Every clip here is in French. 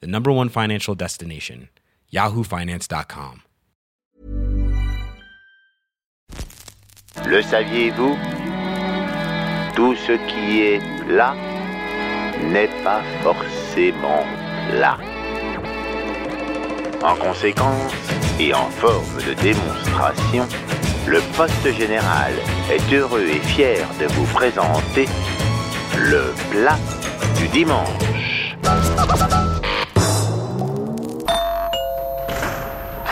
the number one financial destination, yahoofinance.com. Le saviez-vous Tout ce qui est là n'est pas forcément là. En conséquence, et en forme de démonstration, le poste général est heureux et fier de vous présenter le plat du dimanche.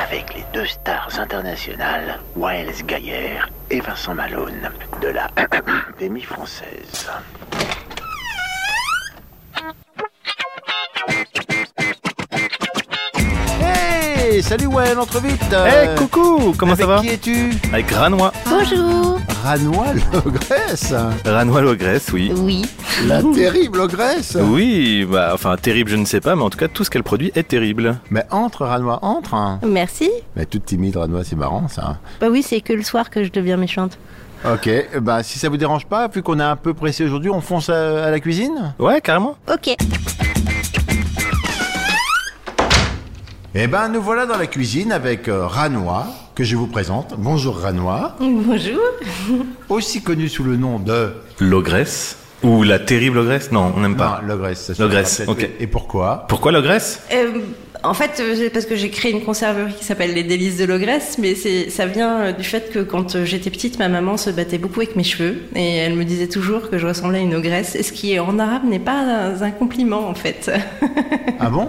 Avec les deux stars internationales, Waels Gaillère et Vincent Malone, de la Académie française. Hey Salut Wael, entre vite Eh euh, coucou, comment ça avec va Qui es-tu Avec Ranois. Bonjour Ranois l'ogresse Ranois l'ogresse, oui. Oui, La terrible ogresse Oui, bah enfin terrible, je ne sais pas, mais en tout cas tout ce qu'elle produit est terrible. Mais entre Ranois, entre hein. merci. Mais toute timide Ranois, c'est marrant ça. Bah oui, c'est que le soir que je deviens méchante. Ok, euh, bah si ça vous dérange pas, vu qu'on est un peu pressé aujourd'hui, on fonce à, à la cuisine Ouais, carrément. Ok. Eh ben nous voilà dans la cuisine avec euh, Ranois, que je vous présente. Bonjour Ranois, Bonjour. aussi connu sous le nom de... L'ogresse Ou la terrible ogresse Non, on n'aime pas. Non, l'ogresse. ça se L'ogresse, fera peut-être. ok. Et pourquoi Pourquoi l'ogresse Euh, en fait, euh, c'est parce que j'ai créé une conserverie qui s'appelle Les Délices de l'Ogresse, mais c'est, ça vient euh, du fait que quand euh, j'étais petite, ma maman se battait beaucoup avec mes cheveux et elle me disait toujours que je ressemblais à une ogresse, et ce qui en arabe n'est pas un, un compliment en fait. Ah bon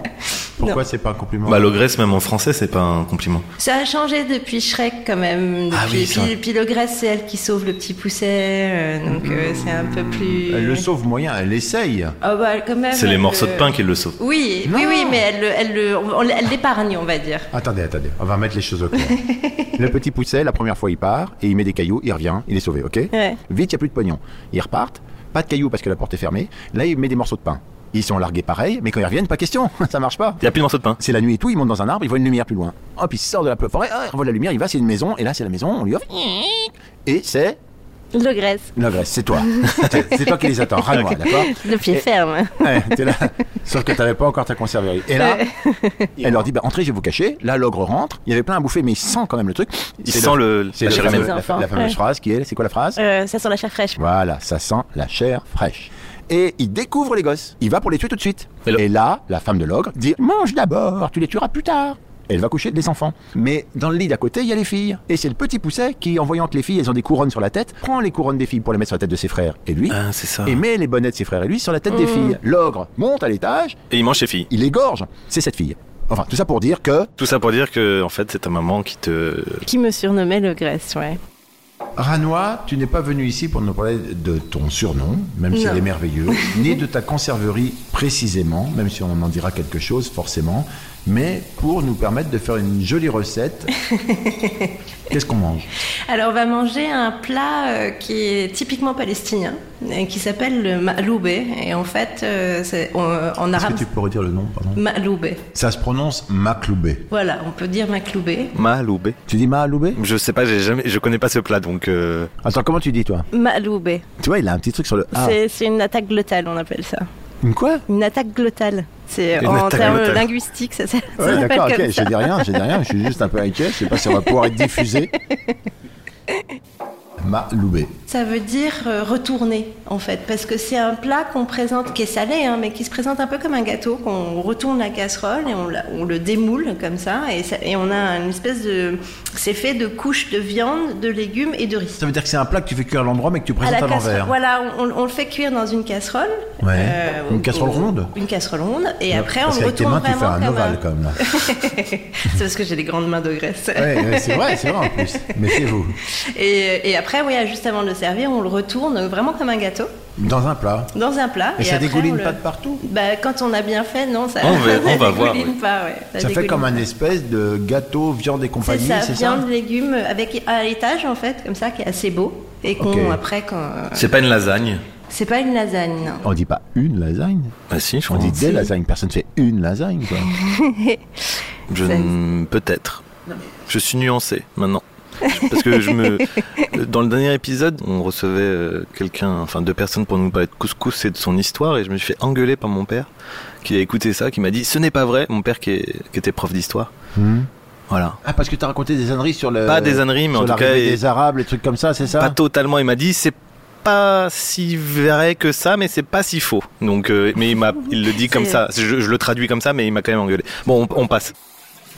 Pourquoi c'est pas un compliment Bah l'ogresse même en français c'est pas un compliment. ça a changé depuis Shrek quand même. Depuis, Ah oui, c'est puis, vrai. puis l'ogresse, c'est elle qui sauve le petit pousset, euh, donc euh, c'est un Mmh. peu plus. Elle le sauve moyen, elle essaye. Ah bah, quand même, C'est les elle morceaux de le- pain qui le sauvent. Oui, oui, oui, mais elle, le- elle, le- on- on- elle l'épargne, on va dire. Attendez, attendez, on va mettre les choses au clair. le petit pousset, la première fois, il part et il met des cailloux, il revient, il est sauvé, ok Ouais. Vite, il n'y a plus de pognon. Ils repartent, pas de cailloux parce que la porte est fermée. Là, il met des morceaux de pain. Ils sont largués pareil, mais quand ils reviennent, pas question, ça marche pas. Y a plus de morceaux de pain. C'est la nuit et tout, il monte dans un arbre, il voit une lumière plus loin. Hop, il sort de la forêt, ah, il revoit la lumière, il va, c'est une maison, et là, c'est la maison, on lui offre. Et c'est. L'ogresse, La Grèce, c'est toi. c'est c'est toi qui les attends, ranois, d'accord le pied Et- ferme. Ouais, t'es là. Sauf que t'avais pas encore ta conserverie. Et là, elle leur dit bah, entrez, je vais vous cacher. Là, l'ogre rentre. Il y avait plein à bouffer, mais il sent quand même le truc. Il C'est sent le- le, C'est la le chair fameux- humaine. la, enfants. la fameuse Ouais. phrase qui est c'est quoi la phrase Euh, ça sent la chair fraîche. Voilà, ça sent la chair fraîche. Et il découvre les gosses. Il va pour les tuer tout de suite. Et le- Et là, la femme de l'ogre dit mange d'abord, tu les tueras plus tard. Elle va coucher des enfants. Mais dans le lit d'à côté, il y a les filles. Et c'est le petit pousset qui, en voyant que les filles, elles ont des couronnes sur la tête, prend les couronnes des filles pour les mettre sur la tête de ses frères. Et lui, Ah, c'est ça. et met les bonnets de ses frères et lui sur la tête des filles. L'ogre monte à l'étage, Et il mange ses filles. il égorge. C'est cette fille. Enfin, tout ça pour dire que Tout ça pour dire que en fait c'est ta maman qui te Qui me surnommait l'ogresse, ouais. Ranois, tu n'es pas venu ici pour nous parler de ton surnom, même s'il Non. est merveilleux, ni de ta conserverie précisément, même si on en dira quelque chose forcément, mais pour nous permettre de faire une jolie recette. Qu'est-ce qu'on mange Alors, on va manger un plat euh, qui est typiquement palestinien, et qui s'appelle le ma'loubé. Et en fait, euh, c'est, on- en Est-ce arabe, que tu peux redire le nom, Mm. pardon ma'loubé. Ça se prononce makloubé. Voilà, on peut dire ma'loubé. mal ou bé. Tu dis maloubé Je sais pas, j'ai jamais, je connais pas ce plat donc. euh, Attends, comment tu dis toi Maloubé. Tu vois, il a un petit truc sur le A. C'est c'est une attaque glottale, on appelle ça. Une quoi Une attaque glottale. C'est Une en attaque termes glottale. linguistiques, ça, ça, ça Ouais, s'appelle d'accord, comme ok, ça. je dis rien, je dis rien, je suis juste un peu inquiet, je sais pas si on va pouvoir être diffusé. Ma Loubet. Ça veut dire euh, retourner, en fait, parce que c'est un plat qu'on présente, qui est salé, hein, mais qui se présente un peu comme un gâteau, qu'on retourne la casserole et on, la- on le démoule comme ça et, ça- et on a une espèce de... C'est fait de couches de viande, de légumes et de riz. Ça veut dire que c'est un plat que tu fais cuire à l'endroit mais que tu À présentes la à, casserole. l'envers. Voilà, on, on- on le fait cuire dans une casserole. Euh, Ouais. Une casserole ronde Une casserole ronde. Et après, on Parce le qu'avec tes retourne mains, tu vraiment fais un comme ovale quand même là. c'est parce que j'ai des grandes mains de graisse. Ouais, ouais, c'est vrai, c'est vrai en plus. Mettez-vous. Et, et après, oui, juste avant de le servir, on le retourne vraiment comme un gâteau. Dans un plat. dans un plat. Et ça après, dégouline on le- pas de partout Bah, quand on a bien fait, non, ça, On va- ça on va dégouline voir, oui. pas. ouais. Ça fait dégouline comme un pas. espèce de gâteau, viande et C'est compagnie, ça, c'est ça viande, légumes, avec à l'étage en fait, comme ça, qui est assez beau. Et qu'on, Ok. après, quand. euh, C'est pas une lasagne C'est pas une lasagne, non. On dit pas une lasagne, Ah si, je on crois. dit des lasagnes. Personne fait une lasagne. quoi. Je n- peut-être. Je suis nuancé maintenant. Parce que je me dans le dernier épisode, on recevait euh, quelqu'un, enfin deux personnes pour nous parler de couscous et de son histoire, et je me suis fait engueuler par mon père qui a écouté ça, qui m'a dit ce n'est pas vrai. Mon père qui, est- qui était prof d'histoire. Hmm. Voilà. Ah, parce que t'as raconté des âneries sur le. Pas des âneries, mais sur en tout cas, l'arrivée et- des Arabes, les trucs comme ça, c'est ça Pas totalement. Il m'a dit c'est pas si vrai que ça, mais c'est pas si faux. Donc, euh, mais il m'a, il le dit comme C'est- ça. Je, je le traduis comme ça, mais il m'a quand même engueulé. Bon, on, on passe.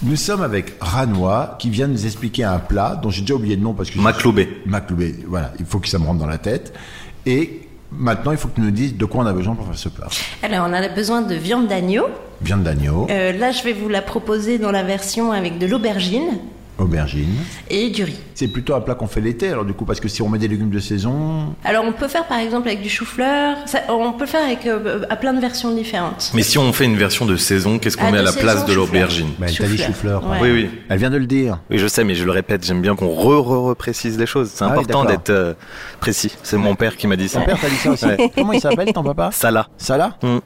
Nous sommes avec Ranois qui vient nous expliquer un plat dont j'ai déjà oublié le nom parce que. Macloubet. Macloubet, voilà, il faut que ça me rentre dans la tête. Et maintenant, il faut que tu nous dises de quoi on a besoin pour faire ce plat. Alors, on a besoin de viande d'agneau. Viande d'agneau, Euh, là, je vais vous la proposer dans la version avec de l'aubergine aubergine. et du riz. C'est plutôt un plat qu'on fait l'été, alors du coup, parce que si on met des légumes de saison. Alors, on peut faire par exemple avec du chou-fleur. Ça, On peut faire avec, euh, à plein de versions différentes. Mais si on fait une version de saison, qu'est-ce qu'on Ah, met à de la saison, place de chou-fleur. l'aubergine Bah, elle t'a dit Chou-fleur. chou-fleur. Ouais. Oui, oui. Elle vient de le dire. Oui, je sais, mais je le répète, j'aime bien qu'on re, re, re précise les choses. C'est Ah oui, important d'accord. d'être euh, précis. C'est mon père qui m'a dit ça. Ton père t'a dit ça aussi. Ouais. Comment il s'appelle ton papa Salah. Salah Mm.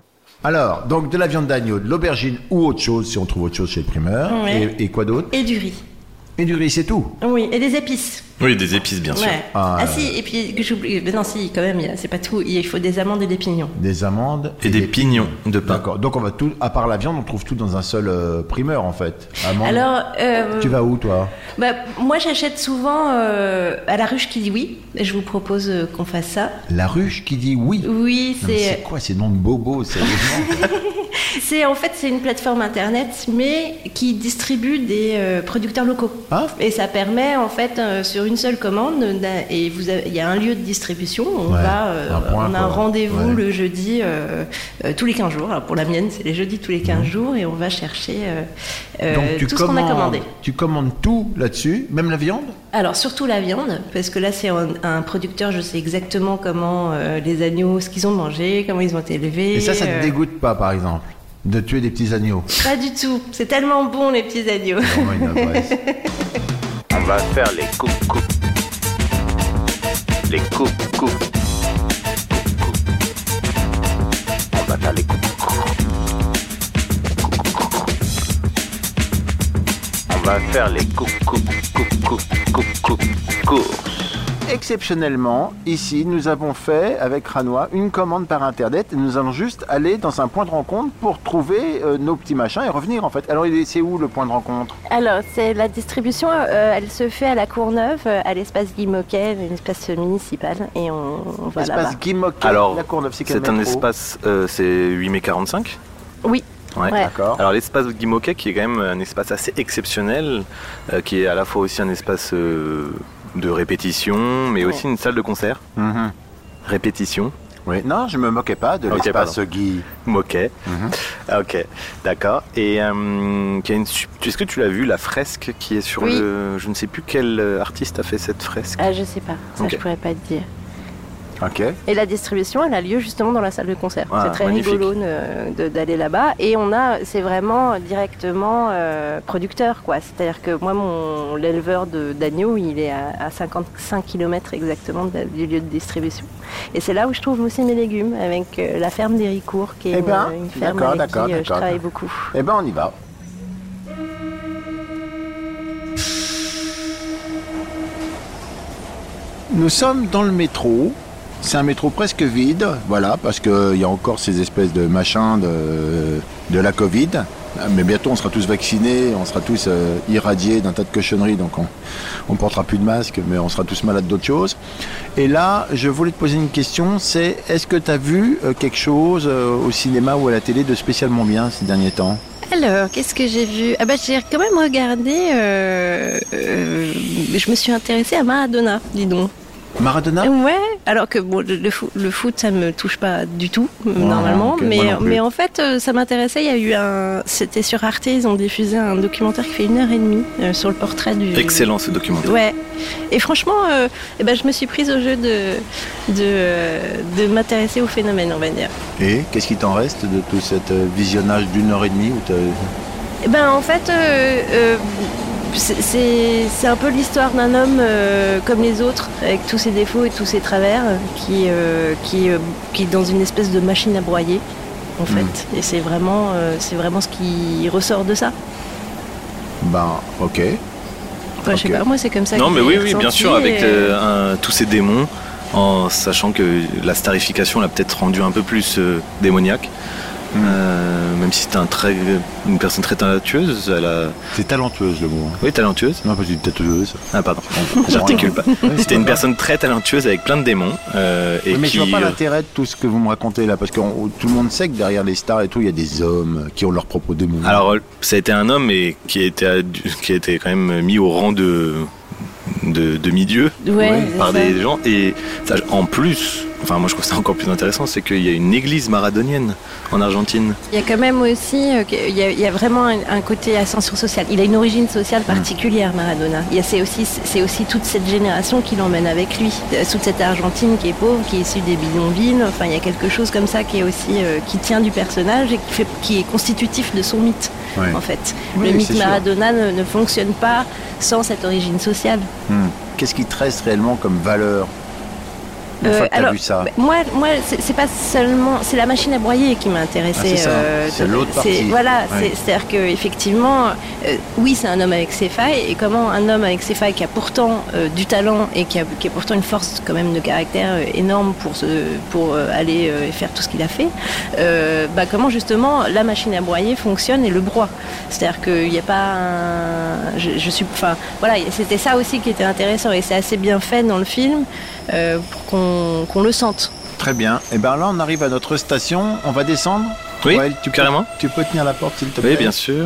Alors, donc de la viande d'agneau, de l'aubergine ou autre chose, si on trouve autre chose chez le primeur. Ouais. Et, et quoi d'autre Et du riz. Et du riz, c'est tout. Oui, et des épices. Oui, des épices, bien sûr. Ouais. Ah, Ah, euh. si, et puis que j'oublie. Mais non, si, quand même, il y a- c'est pas tout. Il faut des amandes et des pignons. Des amandes. Et des pignons Euh, de pain. D'accord. Donc on va tout, à part la viande, on trouve tout dans un seul euh, primeur en fait. Amandes. Alors, euh, Ah. Tu vas où toi bah, moi j'achète souvent euh, à la ruche qui dit oui. Et je vous propose euh, qu'on fasse ça. La ruche qui dit oui. Oui, Non, mais C'est c'est, euh, quoi ces noms de bobos sérieusement c'est en fait c'est une plateforme internet, mais qui distribue des euh, producteurs locaux. Ah. Et ça permet en fait euh, sur une seule commande d'un- et vous avez- il y a un lieu de distribution. On Ouais, va, euh, un point, on a un quoi. rendez-vous Ouais. le jeudi euh, euh, tous les 15 jours. Alors, pour la mienne, c'est les jeudis tous les Mhm. 15 jours et on va chercher euh, euh, tout ce qu'on a commandé. tu commandes tout là-dessus, même la viande Alors surtout la viande, parce que là c'est un, un producteur, je sais exactement comment euh, les agneaux, ce qu'ils ont mangé, comment ils ont été élevés. Et, ça, ça te euh, dégoûte pas par exemple de tuer des petits agneaux Pas du tout. C'est tellement bon les petits agneaux. Vraiment une adresse. On va faire les coupes coupes. Les coupes coupes. Coupes, coupes. On va faire les coupes coupes. Coupes, coupes, coupes. On va faire les coupes coupes coupes coupes coupes coupes courses. Exceptionnellement, ici, nous avons fait avec Ranois une commande par internet et nous allons juste aller dans un point de rencontre pour trouver euh, nos petits machins et revenir en fait. Alors, il est- c'est où le point de rencontre Alors, c'est la distribution, euh, elle se fait à la Courneuve, euh, à l'espace Guy Moquet, un espace municipal, et on, on va là-bas. Espace Guy Moquet, Alors, la Courneuve, c'est quel C'est un métro espace, euh, c'est 8 mai 45 Oui. Ouais. Ouais. D'accord. Alors l'espace de Guimauquet qui est quand même un espace assez exceptionnel, euh, qui est à la fois aussi un espace euh, de répétition, mais aussi une salle de concert. Mhm. Répétition, Oui. Non, je me moquais pas de Ok, l'espace Guy. moquet. Ah, Ok, d'accord. Et euh, qui a une sup- est-ce que tu l'as vu, la fresque qui est sur Oui. le... Je ne sais plus quel euh, artiste a fait cette fresque. Ah, je sais pas, ça Ok. je pourrais pas te dire. Ok. Et la distribution, elle a lieu justement dans la salle de concert. Ah, c'est très magnifique. rigolo ne- de- d'aller là-bas. Et on a, c'est vraiment directement euh, producteur, quoi. C'est-à-dire que moi, mon l'éleveur de- d'agneaux, il est à, à 55 km exactement de la- du lieu de distribution. Et c'est là où je trouve aussi mes légumes, avec euh, la ferme d'Héricourt, qui est Eh une- ben, une, ferme d'accord, avec d'accord, qui euh, je d'accord. travaille beaucoup. Eh ben, on y va. Nous sommes dans le métro. C'est un métro presque vide, voilà, parce qu'il y a encore ces espèces de machins de, de la Covid. Mais bientôt, on sera tous vaccinés, on sera tous euh, irradiés d'un tas de cochonneries, donc on, on portera plus de masque, mais on sera tous malades d'autres choses. Et là, je voulais te poser une question, c'est est-ce que tu as vu euh, quelque chose euh, au cinéma ou à la télé de spécialement bien ces derniers temps Alors, qu'est-ce que j'ai vu Ah bah j'ai quand même regardé. euh, euh, je me suis intéressée à Maradona, dis donc. Maradona Ouais, alors que bon, le, le fo- le foot, ça me touche pas du tout, euh, normalement. ok, moi mais, non plus. mais en fait, euh, ça m'intéressait. Il y a eu un. C'était sur Arte, ils ont diffusé un documentaire qui fait une heure et demie euh, sur le portrait du. Excellent ce documentaire. Ouais. Et franchement, euh, eh ben, je me suis prise au jeu de, de, euh, de m'intéresser au phénomène, on va dire. Et qu'est-ce qui t'en reste de tout cet euh, visionnage d'une heure et demie où t'as- Eh ben, en fait, euh, euh, c'est- c'est c'est un peu l'histoire d'un homme euh, comme les autres, avec tous ses défauts et tous ses travers, euh, qui, euh, qui, euh, qui est dans une espèce de machine à broyer, Hmm. en fait. Et c'est vraiment, euh, c'est vraiment ce qui ressort de ça. Ben, ok. Enfin, Je sais Ok. pas, moi, c'est comme ça Non, que mais je oui, l'ai oui, bien ressenti, sûr, avec et- euh, un- tous ces démons, en sachant que la starification l'a peut-être rendu un peu plus euh, démoniaque. Hmm. Euh, même si c'était un très, une personne très talentueuse, elle a, C'est talentueuse le mot. hein. oui, talentueuse, Non, parce que tu têteuse. Ah pardon, j'articule pas. C'était une personne très talentueuse avec plein de démons euh, et Ah, mais qui je vois pas euh, l'intérêt de tout ce que vous me racontez là, parce que on- tout le monde sait que derrière les stars et tout, il y a des hommes qui ont leurs propres démons. alors euh, ça a été un homme et qui était qui était quand même mis au rang de de demi-dieu Ouais, c'est par ça. des gens et ça, en plus, enfin moi je trouve ça encore plus intéressant, c'est qu'il y a une église maradonienne en Argentine. Il y a quand même aussi, euh, que- il y, a- il y a vraiment un, un côté ascension sociale. Il a une origine sociale Mmh. particulière, Maradona. Il y a- c'est aussi, c'est aussi toute cette génération qui l'emmène avec lui, Euh, toute cette Argentine qui est pauvre, qui est issue des bidonvilles. Enfin, il y a quelque chose comme ça qui est aussi, euh, qui tient du personnage et qui fait, qui est constitutif de son mythe, Ouais. en fait. Oui, Le mythe c'est sûr. Maradona ne, ne fonctionne pas sans cette origine sociale. Hmm. Qu'est-ce qui te reste réellement comme valeur une Euh, fois que t'as alors, vu ça bah, Moi, moi c'est c'est pas seulement. C'est la machine à broyer qui m'a intéressée. Ah, c'est ça. C'est l'autre partie. euh, Voilà, Ouais. c'est- c'est-à-dire qu'effectivement, oui, c'est un homme avec ses failles, et comment un homme avec ses failles qui a pourtant euh, du talent et qui a, qui a pourtant une force quand même de caractère euh, énorme pour, se, pour euh, aller euh, faire tout ce qu'il a fait, euh, bah, comment justement la machine à broyer fonctionne et le broie. C'est-à-dire qu'il n'y a pas un- Je, je suis... Enfin, voilà, c'était ça aussi qui était intéressant, et c'est assez bien fait dans le film euh, pour qu'on qu'on le sente. Très bien. Et ben là, on arrive à notre station. On va descendre. Oui, Joël, tu peux- carrément. tu peux tenir la porte, s'il te plaît. Oui, bien sûr.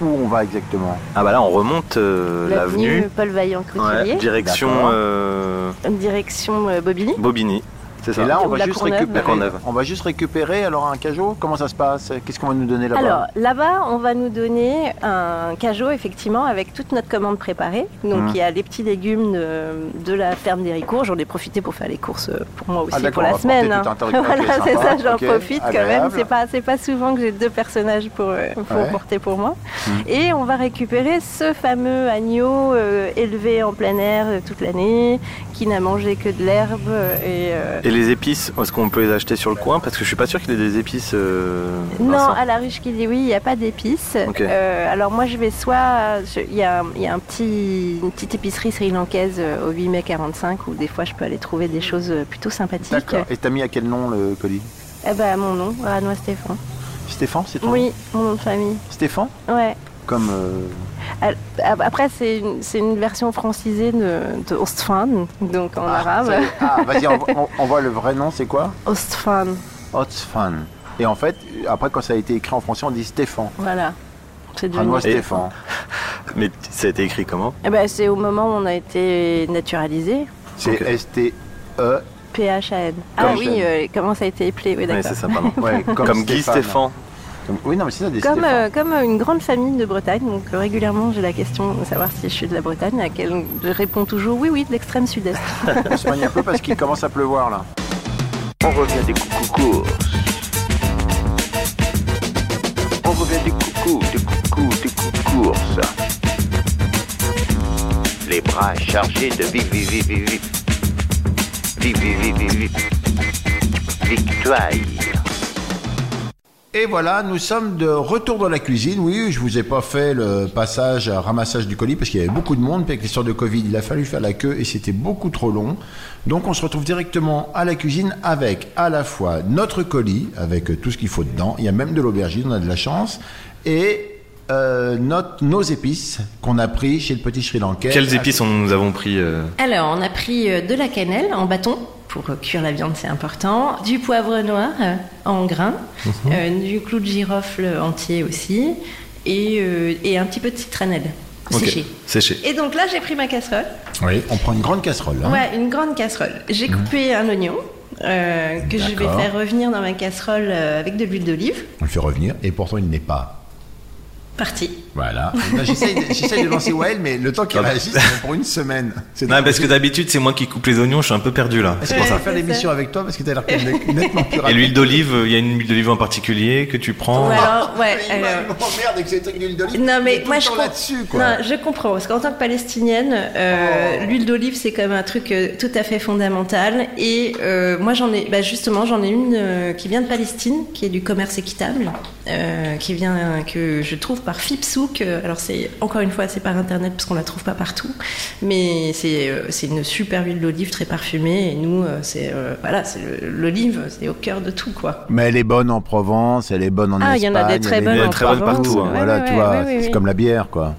Où on va exactement Ah bah là on remonte euh, l'avenue Paul Vaillant Ouais, Couturier, direction D'accord. euh, direction euh, Bobigny. Bobigny. C'est ça. Et là, on Ou va, la juste Courneuve. La récupérer, Courneuve. on va juste récupérer alors un cajot. Comment ça se passe Qu'est-ce qu'on va nous donner là-bas Alors là-bas, on va nous donner un cajot effectivement avec toute notre commande préparée. Donc Mhm. il y a les petits légumes de, de la ferme des Ricours. J'en ai profité pour faire les courses euh, pour moi aussi Ah, d'accord, pour on la va semaine. porter hein. tout un tas de- ok, voilà, sympa, c'est ça, j'en ok, profite quand même. agréable. C'est pas c'est pas souvent que j'ai deux personnages pour euh, pour Ouais. Mmh. porter pour moi. Et on va récupérer ce fameux agneau euh, élevé en plein air euh, toute l'année, qui n'a mangé que de l'herbe euh, et euh, Et les épices, est-ce qu'on peut les acheter sur le coin Parce que je suis pas sûr qu'il y ait des épices. euh, Non, Vincent. à la ruche qui dit oui, il n'y a pas d'épices. Ok. Euh, alors moi, je vais soit... je- Il y a, il y a un petit, une petite épicerie sri-lankaise euh, au 8 mai 45 où des fois, je peux aller trouver des choses euh, plutôt sympathiques. D'accord. Et t'as mis à quel nom le colis Eh ben, mon nom, Ranois Stéphane. Stéphane, c'est ton nom Oui, mon nom de famille. Stéphane Ouais. Comme. euh, Al- ap- Après, c'est une, c'est une version francisée de, de Ostfan, donc en ah, arabe. ça y est. Ah, vas-y, on, on- on voit le vrai nom, c'est quoi Ostfan, Otsfan. Et en fait, après, quand ça a été écrit en français, on dit Stéphane. voilà. C'est devenu- Renoir Et- Stéphane. Mais t- ça a été écrit comment Eh ben, c'est au moment où on a été naturalisé. C'est E, Ok. S-T-E. PHAN. Ah Comme oui, Jeanne. euh, comment ça a été appelé, oui, Oui, d'accord. c'est ça, pardon. Ouais, Comme, Guy Stéphane. Comme- Oui, non, mais c'est ça, des Comme, Stéphane. euh, comme une grande famille de Bretagne, donc euh, régulièrement j'ai la question de savoir si je suis de la Bretagne, à laquelle je réponds toujours oui, oui, de l'extrême sud-est. On se manie un peu parce qu'il commence à pleuvoir là. On revient des coucous On revient des coucous, des coucous, des coucous les bras chargés de vive, vive, vive, vive, vive. Vive, vive, vive, vive, vive. Victoire. Et voilà, nous sommes de retour dans la cuisine. Oui, je vous ai pas fait le passage à ramassage du colis parce qu'il y avait beaucoup de monde. Puis avec l'histoire de Covid, il a fallu faire la queue et c'était beaucoup trop long. Donc on se retrouve directement à la cuisine avec à la fois notre colis, avec euh, tout ce qu'il faut dedans. Il y a même de l'aubergine, on a de la chance. Et euh, notre, nos épices qu'on a pris chez le petit Sri Lankais. Quelles épices on- nous avons pris euh, Alors, on a pris euh, de la cannelle en bâton pour euh, cuire la viande, c'est important. Du poivre noir euh, en grains, euh, du clou de girofle entier aussi. et, euh, et un petit peu de citronnelle Ok. séchée. Séché. Et donc là, j'ai pris ma casserole. Oui, on prend une grande casserole. hein. Ouais, une grande casserole. J'ai coupé un oignon euh, que je vais D'accord. faire revenir dans ma casserole euh, avec de l'huile d'olive. On le fait revenir et pourtant il n'est pas. Parti. Voilà. Là, J'essaye de- j'essaye de lancer Wael, mais le temps qu'il Pardon. réagisse, c'est pour une semaine. C'est Non, parce que d'habitude, c'est moi qui coupe les oignons, je suis un peu perdu là. Est-ce C'est qu'on pour va ça. faire l'émission avec toi parce que t'as l'air quand même nettement plus Et rapide. l'huile d'olive, euh, il y a une huile d'olive en particulier que tu prends. Ou Ah. alors, ouais. Il m'a- euh, alors- il m'emmerde avec ces trucs d'huile d'olive. Non, Il est mais tout moi le je, temps com- là-dessus, quoi. Oh. Non, je comprends. Parce qu'en tant que palestinienne, euh, l'huile d'olive, c'est comme un truc euh, tout à fait fondamental. Et euh, moi, j'en ai, bah, justement, j'en ai une euh, qui vient de Palestine, qui est du commerce équitable, euh, qui vient, euh, que je trouve par Fipsouk. Euh, Alors, c'est encore une fois, c'est par internet parce qu'on la trouve pas partout. Mais c'est euh, c'est une super huile d'olive très parfumée. Et nous, euh, c'est euh, voilà, c'est le- l'olive, c'est au cœur de tout, quoi. Mais elle est bonne en Provence, elle est bonne en Ah, il y Espagne. en a des très elle est bonnes des en très bonnes Provence. partout, hein. Ouais, Voilà, ouais, tu ouais, vois, ouais, ouais, c'est ouais. comme la bière, quoi.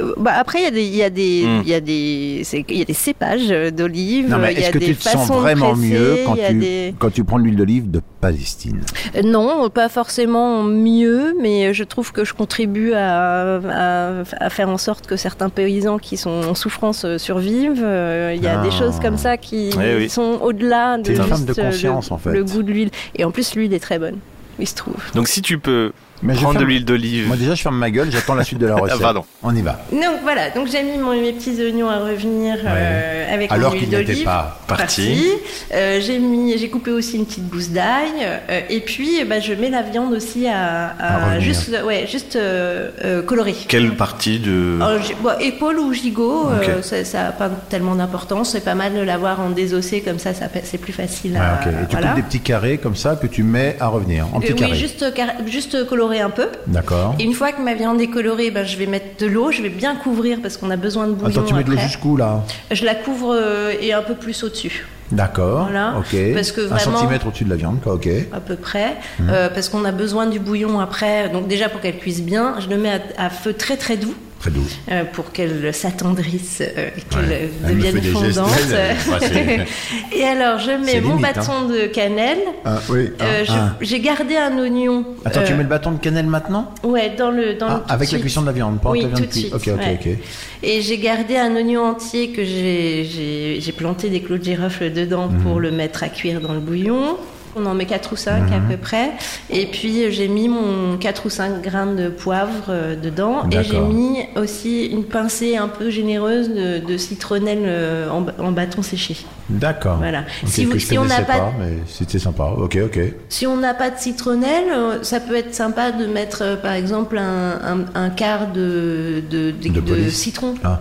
Euh, Bah après, il y a des, il y a des, Mm. il y a des, c'est- il y a des cépages euh, d'olives. Hmm. Non, mais il y est-ce a que des tu te sens façons de vraiment presser, mieux quand il y a tu, des- quand tu prends de l'huile d'olive de Palestine Euh, Non, pas forcément mieux, mais je trouve que je contribue à, à, à faire en sorte que certains paysans qui sont en souffrance euh, survivent. Euh, Il y a Ah. des choses comme ça qui Eh oui. sont au-delà de, T'es une juste, femme de euh, le- conscience, en fait. le goût de l'huile. Et en plus, l'huile est très bonne. Il se trouve. Donc si tu peux Mais je prendre de ferme- l'huile Moi, d'olive. déjà, je ferme ma gueule, j'attends la suite de la recette. pardon. On y va. Donc voilà, donc j'ai mis mon- mes petits oignons à revenir euh, avec Alors mon huile qu'ils n'étaient d'olive. pas partis. Partis. Euh, j'ai mis, j'ai coupé aussi une petite gousse d'ail. euh, et puis, eh ben, je mets la viande aussi à, à À revenir. juste, ouais, juste euh, euh, colorée. Quelle partie de. Alors, j'ai- bon, épaule ou gigot, Ok. euh, ça- ça n'a pas tellement d'importance. C'est pas mal de l'avoir en désossé comme ça, ça pa- c'est plus facile. à, Ouais, Ah, ok. Et tu voilà. coupes des petits carrés comme ça que tu mets à revenir, en petits Euh, carrés. oui, juste, car- juste coloré un peu. D'accord. Et une fois que ma viande est colorée, ben, je vais mettre de l'eau, je vais bien couvrir parce qu'on a besoin de bouillon. Attends, tu mets de l'eau après. jusqu'où là Je la couvre euh, et un peu plus au-dessus, D'accord. Voilà. Ok. Parce que Un vraiment- centimètre au-dessus de la viande, quoi. Ok. à peu près, euh, Mhm. parce qu'on a besoin du bouillon après. Donc déjà pour qu'elle cuise bien, je le mets à, à feu très très doux. Très doux. euh, pour qu'elle s'attendrisse, euh, et qu'elle Ouais. euh, Elle me devienne fait des gestes, fondante. elle, elle, ouais, et alors, je mets C'est mon limite, hein. bâton de cannelle. Ah, oui. un, hein. Euh, je- un. J'ai gardé un oignon. Attends, tu euh, mets le bâton de cannelle maintenant Ouais, dans le. Dans Ah, le- tout avec de la suite. cuisson de la viande, pas oui, la viande tout de cuite. suite. Ok, ok, ouais. ok. Et j'ai gardé un oignon entier que j'ai- j'ai j'ai planté des clous de girofle dedans Mhm. pour le mettre à cuire dans le bouillon. On en met 4 ou 5 Mhm. à peu près. Et puis euh, j'ai mis mon 4 ou 5 grains de poivre euh, dedans. Et j'ai D'accord. mis aussi une pincée un peu généreuse de, de citronnelle euh, en, ba- en bâton séché. D'accord. Voilà. Ok, Si vous- que je si on n'a connaissais pas- mais c'était sympa. Ok, ok. Si on n'a pas de citronnelle, euh, ça peut être sympa de mettre euh, par exemple un, un- un quart de, de, de- De de police. citron. Ah,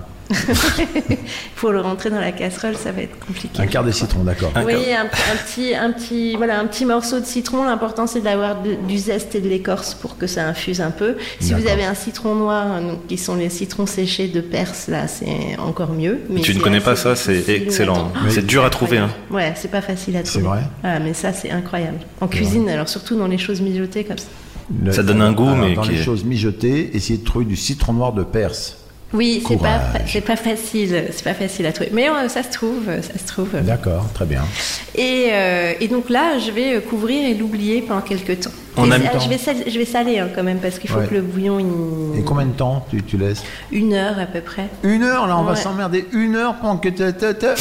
Pour le rentrer dans la casserole, ça va être compliqué. un quart de citron, d'accord. Oui, un, un petit, un petit, voilà, un petit morceau de citron. L'important, c'est d'avoir de- du zeste et de l'écorce pour que ça infuse un peu. Si vous D'accord. avez un citron noir, euh, donc, qui sont les citrons séchés de Perse, là, c'est encore mieux. Mais tu ne c'est connais pas assez ça, c'est difficile. excellent. Oh, Mais c'est dur à trouver. Hein. Ouais, c'est pas facile à C'est trouver. vrai Voilà, mais ça, c'est incroyable. En cuisine, alors surtout dans les choses mijotées comme ça. Le- Ça donne un goût, Alors, mais Dans qui les est- choses mijotées, essayez de trouver du citron noir de Perse. Oui, c'est pas, Courage. c'est pas facile, c'est pas facile à trouver. Mais euh, ça se trouve, ça se trouve. D'accord, très bien. Et, euh, et donc là, je vais couvrir et l'oublier pendant quelques temps. On a Et ça, mis le temps. je, vais sal- je vais saler hein, quand même parce qu'il faut Ouais. que le bouillon il... Et combien de temps tu, tu laisses une heure à peu près. Une heure, là, on va Ouais. s'emmerder. Une heure pendant que t'as- t'as t'as-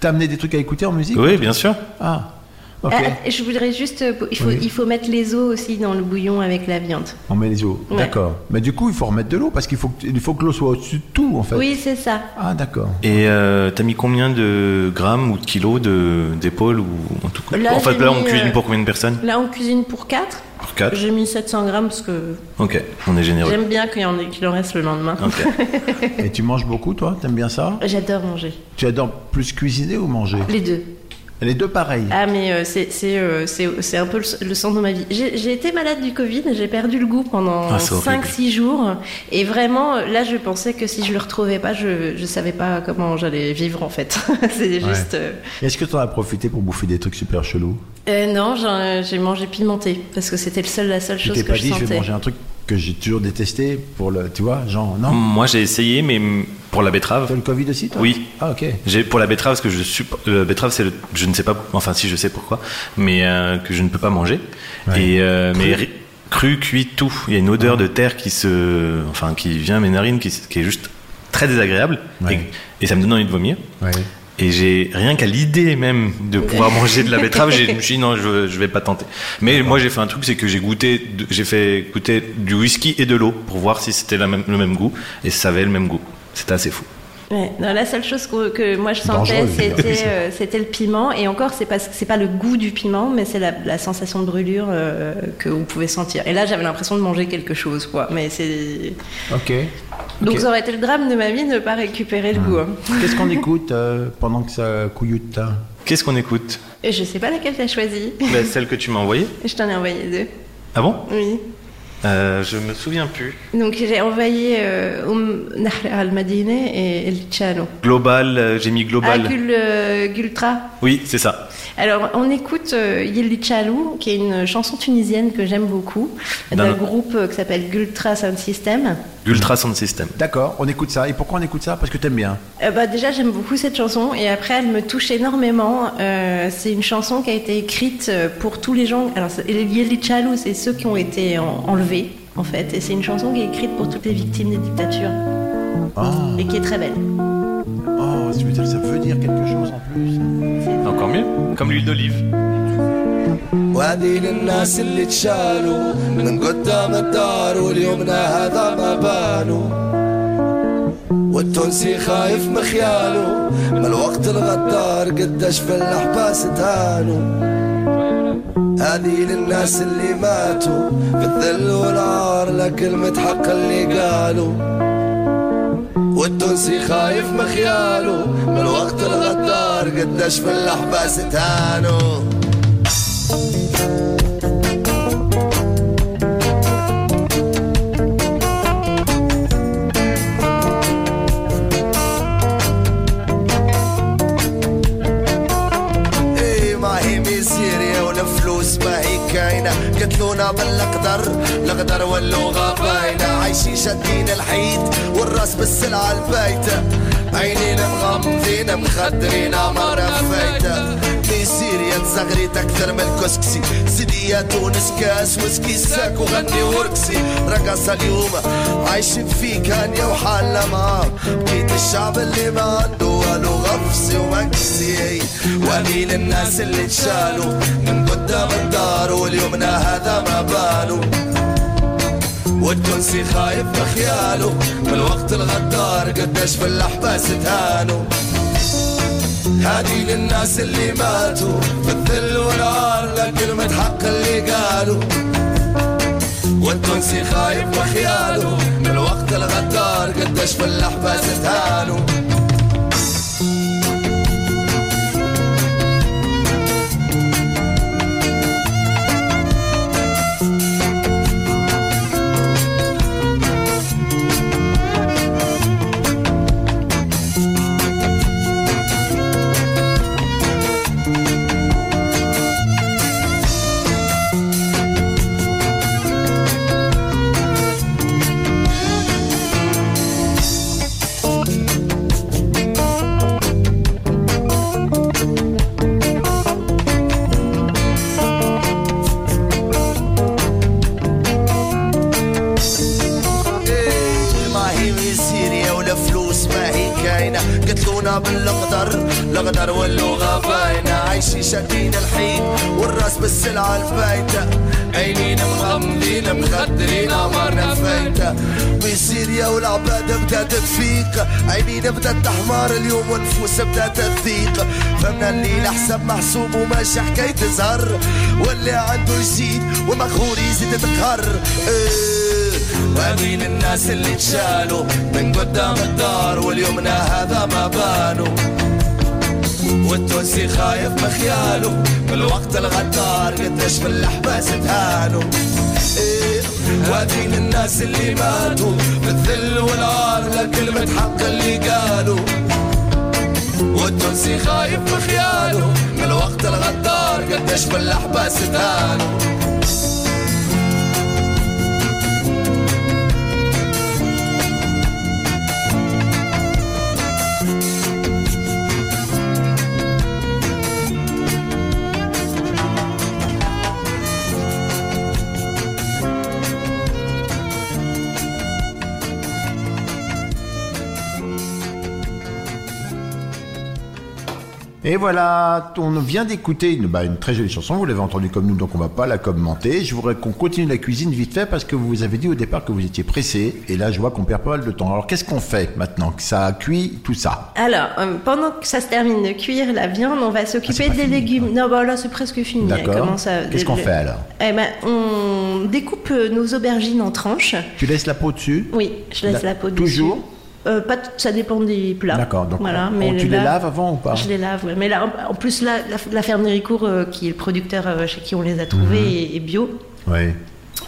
t'as amené des trucs à écouter en musique hein. Oui, bien sûr. Ah, ok. Ah, je voudrais juste, euh, il faut, Oui. il faut mettre les os aussi dans le bouillon avec la viande. On met les eaux. Ouais. D'accord. Mais du coup, il faut remettre de l'eau parce qu'il faut, que- il faut que l'eau soit au-dessus de tout, en fait. Oui, c'est ça. Ah, d'accord. Et euh, t'as mis combien de grammes ou de kilos de- d'épaule ou en tout cas- Là, En fait, j'ai là, on mis, cuisine euh, pour combien de personnes Là, on cuisine pour 4. Pour 4 J'ai mis 700 grammes parce que Ah Ok, on est généreux. j'aime bien qu'il y en, ait- qu'il en reste le lendemain. Ok. Et tu manges beaucoup, toi T'aimes bien ça J'adore manger. Tu adores plus cuisiner ou manger Les deux. Les deux pareils. Ah mais euh, c'est c'est euh, c'est- c'est un peu le, le sang de ma vie. J'ai j'ai été malade du Covid, j'ai perdu le goût pendant Ah, c'est horrible. 5-6 jours et vraiment euh, là je pensais que si je le retrouvais pas, je je savais pas comment j'allais vivre en fait. c'est juste euh, Est-ce que t'en as profité pour bouffer des trucs super chelous euh, non, j'en- j'ai mangé pimenté parce que c'était le seul la seule Tu chose t'es que pas je dit, je sentais. vais manger un truc que j'ai toujours détesté pour le. Tu vois, genre, non Moi, j'ai essayé, mais mm, pour la T'as betterave. le Covid aussi, toi Oui. Ah, ok. J'ai pour la betterave parce que je suppo- la betterave c'est le- euh, je ne sais pas enfin si je sais pourquoi mais euh, que je ne peux pas manger Ouais. et euh, mais ri- cru, cuit, tout. Il y a une odeur de terre qui se, enfin, qui vient à mes narines, qui, qui est juste très désagréable. Ouais. Et, et ça me donne envie de vomir. Ouais. Et j'ai rien qu'à l'idée même de pouvoir manger de la betterave, j'ai- je me suis dit non, je, je vais pas tenter. Mais moi j'ai fait un truc, c'est que j'ai goûté, de- j'ai fait goûter du whisky et de l'eau pour voir si c'était la même- le même goût, et ça avait le même goût. C'était assez fou. Ouais, non, la seule chose que, que moi je sentais, Dangereux, je veux dire. c'était euh, c'était le piment. Et encore, c'est pas c'est pas le goût du piment, mais c'est la, la sensation de brûlure euh, que vous pouvez sentir. Et là, j'avais l'impression de manger quelque chose, quoi. Mais c'est Ok. donc Ok. ça aurait été le drame de ma vie de ne pas récupérer le goût. hein. Qu'est-ce qu'on écoute euh, pendant que ça couilloute hein Qu'est-ce qu'on écoute Et je sais pas laquelle t'as choisi. Bah, Celle que tu m'as envoyée. je t'en ai envoyé deux. Ah bon Oui. euh, Je me souviens plus. Donc j'ai envoyé euh, Um Nahr al-Madine et El Chano. Global, euh, j'ai mis Ah, global. Gul- euh, Gultra. Oui, c'est ça. Alors, on écoute euh, Yildi Chalou, qui est une chanson tunisienne que j'aime beaucoup, d'un D'un- groupe euh, qui s'appelle Gultra Sound System. Ultra Sound System. D'accord, on écoute ça. Et pourquoi on écoute ça Parce que t'aimes bien. Euh, bah, déjà, j'aime beaucoup cette chanson et après, elle me touche énormément. Euh, c'est une chanson qui a été écrite euh, pour tous les gens. Alors, c'est- Yildi Chalou, c'est ceux qui ont été en- enlevés, en fait. Et c'est une chanson qui est écrite pour toutes les victimes des dictatures Ah. et qui est très belle. Oh, ça veut dire, ça veut dire quelque chose en hein. plus. Encore mieux. Comme l'huile d'olive. وهذه للناس اللي تشالوا من قدام الدار واليومنا هذا ما بانوا والتونسي خايف مخياله من الوقت الغدار قداش في الاحباس تهانوا هذه للناس اللي ماتوا في الذل والعار لكلمة حق اللي قالوا والتونسي خايف مخياله من الوقت الغدار قداش في الاحباس تهانوا ايه ما هي ميزيريا ولا فلوس ما هي كاينة قتلونا بالقدر القدر واللغة باينة عايشين شادين الحيط والراس بالسلعة البايتة عينينا مغمضين مخدرينا مرة فايتة ميزيريا تزغريت أكثر من الكسكسي سيدية تونس كاس وسكي ساك وغني ورقصي رقصة اليوم عايشين في كانيا وحالة معاه بقيت الشعب اللي ما عنده والو غفصي ومكسي وقليل الناس اللي تشالوا من قدام الدار واليومنا هذا ما بالو والتونسي خايف بخياله من الوقت الغدار قداش في الاحباس تهانوا هادي للناس اللي ماتوا في الذل والعار لكلمة حق اللي قالوا والتونسي خايف بخياله من الوقت الغدار قداش في الاحباس تهانوا إيه، ما هي من سيريا ولا فلوس ما هي كاينة قتلونا بالقدر القدر واللغة باينة عايشين شادين الحيط والراس بالسلعة الفايتة عينينا مغمضين مخدرين عمرنا فايتة من سيريا والعباد بدات تفيق عينينا بدات تحمر اليوم ونفوس بدات تضيق فهمنا الليل حسب محسوب وماشي حكاية زهر واللي عنده يزيد ومقهور يزيد تقهر إيه وامين الناس اللي تشالوا من قدام الدار واليومنا هذا ما بانوا والتونسي خايف بخياله من الوقت الغدار قداش في الاحباس تهانوا إيه، وامين الناس اللي ماتوا بالذل والعار لكلمة حق اللي قالوا والتونسي خايف بخياله من الوقت الغدار قداش في الاحباس تهانوا Et voilà, on vient d'écouter une, bah, une très jolie chanson, vous l'avez entendue comme nous, donc on va pas la commenter. Je voudrais qu'on continue la cuisine vite fait parce que vous avez dit au départ que vous étiez pressé, et là je vois qu'on perd pas mal de temps. Alors qu'est-ce qu'on fait maintenant que ça a cuit tout ça Alors, euh, pendant que ça se termine de cuire la viande, on va s'occuper Ah, pas des fini, légumes. Non, bah là, c'est presque fini. Elle D'accord. commence à- Qu'est-ce qu'on le- fait alors Eh ben, on découpe euh, nos aubergines en tranches. Tu laisses la peau dessus Oui, je laisse Da- la peau dessus. Toujours Euh, pas tout- ça dépend des plats. D'accord, donc voilà, on- mais tu là- les laves avant ou pas Je les lave, ouais. mais là, en plus, là, la, la ferme Héricourt, euh, qui est le producteur euh, chez qui on les a trouvés, est- est bio. Oui.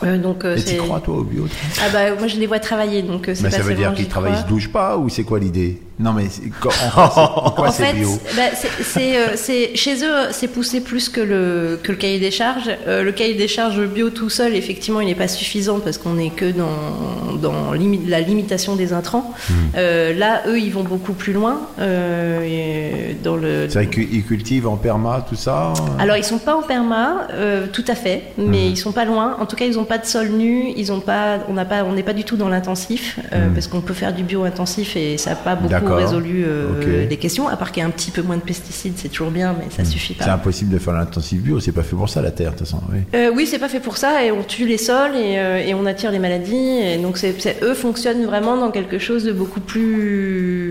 Euh, donc, euh, Mhm. Et tu c'est- crois toi au bio toi Ah bah, moi, je les vois travailler, donc euh, c'est Mais pas ça veut seulement dire j'y qu'ils travaillent, ils crois. se douchent pas ou c'est quoi l'idée Non mais c'est- quand- en quoi c'est- en quoi en c'est fait, bio bah, c'est- c'est, euh, c'est- chez eux, c'est poussé plus que le, que le cahier des charges. Euh, le cahier des charges bio tout seul, effectivement, il n'est pas suffisant parce qu'on n'est que dans, dans limi- la limitation des intrants. Hmm. Euh, là, eux, ils vont beaucoup plus loin. euh, et dans le, C'est vrai qu'ils cultivent en perma tout ça alors ils sont pas en perma, euh, tout à fait, mais ils sont pas loin. En tout cas, ils ont pas de sol nu, ils ont pas, on n'a pas, on n'est pas du tout dans l'intensif euh, parce qu'on peut faire du bio intensif et ça n'a pas beaucoup Hmm. D'accord. résolu euh, Ok. Hmm. les questions. À part qu'il y a un petit peu moins de pesticides, c'est toujours bien, mais ça suffit C'est pas. impossible de faire l'intensif bio, c'est pas fait pour ça la terre de toute façon. Oui. Euh, oui, c'est pas fait pour ça et on tue les sols et, euh, et on attire les maladies. Et donc c'est, c'est- eux fonctionnent vraiment dans quelque chose de beaucoup plus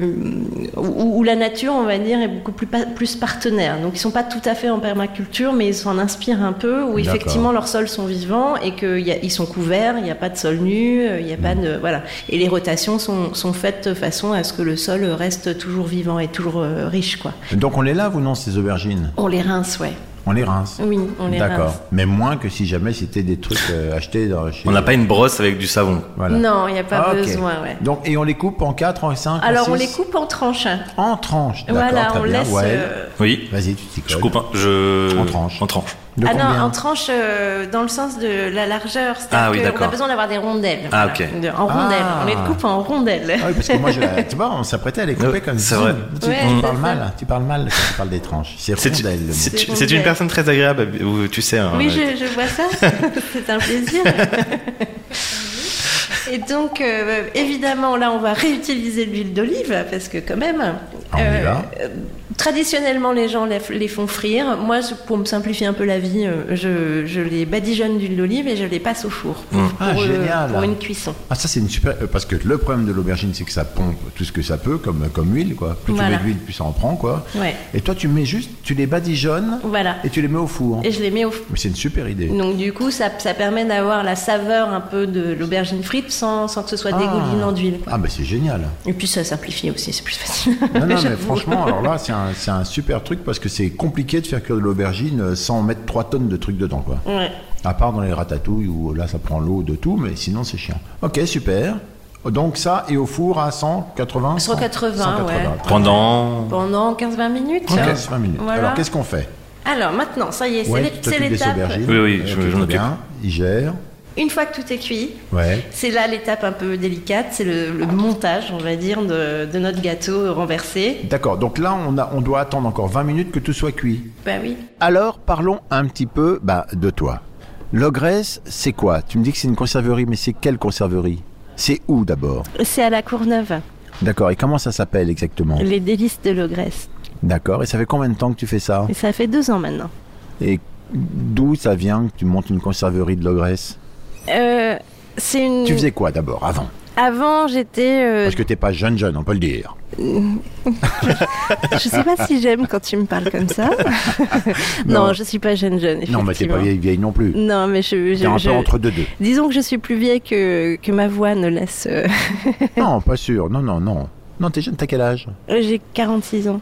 où, où la nature, on va dire, est beaucoup plus pa- plus partenaire. Donc ils sont pas tout à fait en permaculture, mais ils s'en inspirent un peu où D'accord. effectivement leurs sols sont vivants et qu'ils sont couverts. Il n'y a pas de sol nu, euh, il n'y a Mmh. pas de voilà. Et les rotations sont, sont faites de façon à ce que le sol reste toujours vivant et toujours euh, riche quoi. Donc on les lave ou non ces aubergines On les rince, ouais. On les rince. Oui, on les D'accord. rince. Mais moins que si jamais c'était des trucs euh, achetés dans, chez. On n'a pas une brosse avec du savon. Voilà. Non, il n'y a pas Ah, ok. besoin, ouais. Donc et on les coupe en 4, en 5, Alors on les coupe en tranches. en tranches. D'accord, Voilà, bah, très on bien. laisse. Ouais. euh, Oui. Vas-y, tu t'y colles. Je coupe un, je... En tranches. En tranches. De ah combien non, en tranches euh, dans le sens de la largeur. C'est-à-dire Ah oui, que on a d'accord. besoin d'avoir des rondelles. Ah, ok. De- en rondelles. Ah. On les coupe en rondelles. Ah oui, parce que moi, je la- tu vois, on s'apprêtait à les couper Ouais, comme c'est ça. vrai. Tu, Ouais, tu c'est parles ça. mal, tu parles mal quand tu parles des tranches. C'est C'est rondelle. le mot. c'est- C'est c'est rondelle. une personne très agréable, ou- tu sais. hein, Oui, euh, je, je vois ça. C'est un plaisir. Et donc, euh, évidemment, là, on va réutiliser l'huile d'olive parce que quand même. Ah, on y va. euh, traditionnellement, les gens les, les font frire. Moi, je- pour me simplifier un peu la vie, euh, je, je les badigeonne d'huile d'olive et je les passe au four pour, Ah, pour, euh, génial. pour une cuisson. Ah ça c'est une super euh, parce que le problème de l'aubergine c'est que ça pompe tout ce que ça peut comme comme huile quoi. Plus tu Voilà. mets d'huile plus ça en prend quoi. Ouais. Et toi tu mets juste tu les badigeonnes Voilà. et tu les mets au four. Et je les mets au four. Mais c'est une super idée. Donc du coup, ça, ça permet d'avoir la saveur un peu de l'aubergine frite sans, sans que ce soit dégoulinant d'huile. quoi. Ah bah c'est génial. Et puis ça simplifie aussi, c'est plus facile. Non, non, mais J'avoue. franchement, alors là, c'est un, c'est un super truc parce que c'est compliqué de faire cuire de l'aubergine euh, sans mettre 3 tonnes de trucs dedans, quoi. Ouais. À part dans les ratatouilles où là, ça prend l'eau de tout, mais sinon, c'est chiant. Ok, super. Donc ça, et au four à 180 100, 180, ouais. Ah. Pendant. Pendant 15-20 minutes. Ok, hein. 20 minutes. Voilà. Alors, qu'est-ce qu'on fait Alors maintenant, ça y est, c'est Ouais, l'é- tu c'est t'occupes des l'étape. aubergines. Oui, oui, Ok, je- je très m'occupe. bien. Il gère. Une fois que tout est cuit, Ouais. c'est là l'étape un peu délicate, c'est le, le montage, on va dire, de, de notre gâteau renversé. D'accord, donc là, on, a, on doit attendre encore 20 minutes que tout soit cuit. Bah oui. Alors, parlons un petit peu bah, de toi. L'ogresse, c'est quoi Tu me dis que c'est une conserverie, mais c'est quelle conserverie C'est où d'abord C'est à la Courneuve, D'accord, et comment ça s'appelle exactement les délices de l'ogresse. D'accord, et ça fait combien de temps que tu fais ça Et ça fait deux ans maintenant. Et d'où ça vient que tu montes une conserverie de l'ogresse Euh, c'est une. Tu faisais quoi d'abord, avant Avant, j'étais. euh, Parce que t'es pas jeune jeune, on peut le dire. je sais pas si j'aime quand tu me parles comme ça. non, je suis pas jeune jeune. Non, mais t'es pas effectivement. vieille vieille non plus. Non, mais je. T'es je- un je- peu entre deux deux. Disons que je suis plus vieille que, que ma voix ne laisse. euh, non, pas sûr, non, non, non. Non, t'es jeune, t'as quel âge J'ai 46 ans.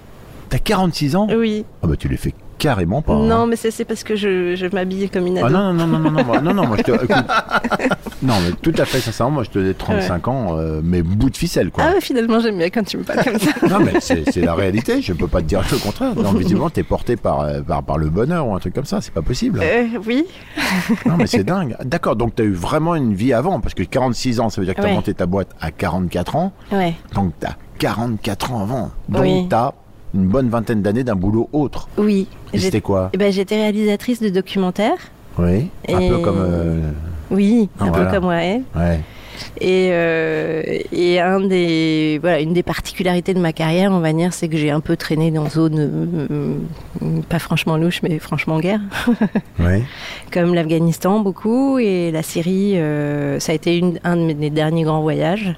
T'as 46 ans Euh, Oui. Ah bah tu les fais carrément pas. hein. Non, mais c'est c'est parce que je, je m'habille comme une Ah ado. non, non, non, non, non, non, moi, non, non, moi je te. écoute. non, mais tout à fait sincèrement, moi je te dis 35 ans, euh, mais bout de ficelle quoi. ah ouais, finalement, j'aime bien quand tu me parles comme ça. Non, mais c'est c'est la réalité, je peux pas te dire le contraire. Non, visiblement, t'es porté par, euh, par, par le bonheur ou un truc comme ça, c'est pas possible. Euh, oui. Non, mais c'est dingue. D'accord, donc t'as eu vraiment une vie avant, parce que 46 ans, ça veut dire que t'as Ouais. monté ta boîte à 44 ans, Ouais. donc t'as 44 ans avant. Donc Oui. t'as une bonne vingtaine d'années d'un boulot autre. Oui. Et J'ai- c'était quoi Eh ben, J'étais réalisatrice de documentaires. Oui, un Et- peu comme. euh, Oui, un Voilà. peu comme moi. hein. ouais. Et, euh, et un des, voilà, une des particularités de ma carrière, on va dire, c'est que j'ai un peu traîné dans zones euh, pas franchement louches, mais franchement guerre, Ouais. comme l'Afghanistan beaucoup et la Syrie. euh, ça a été une, un de mes derniers grands voyages.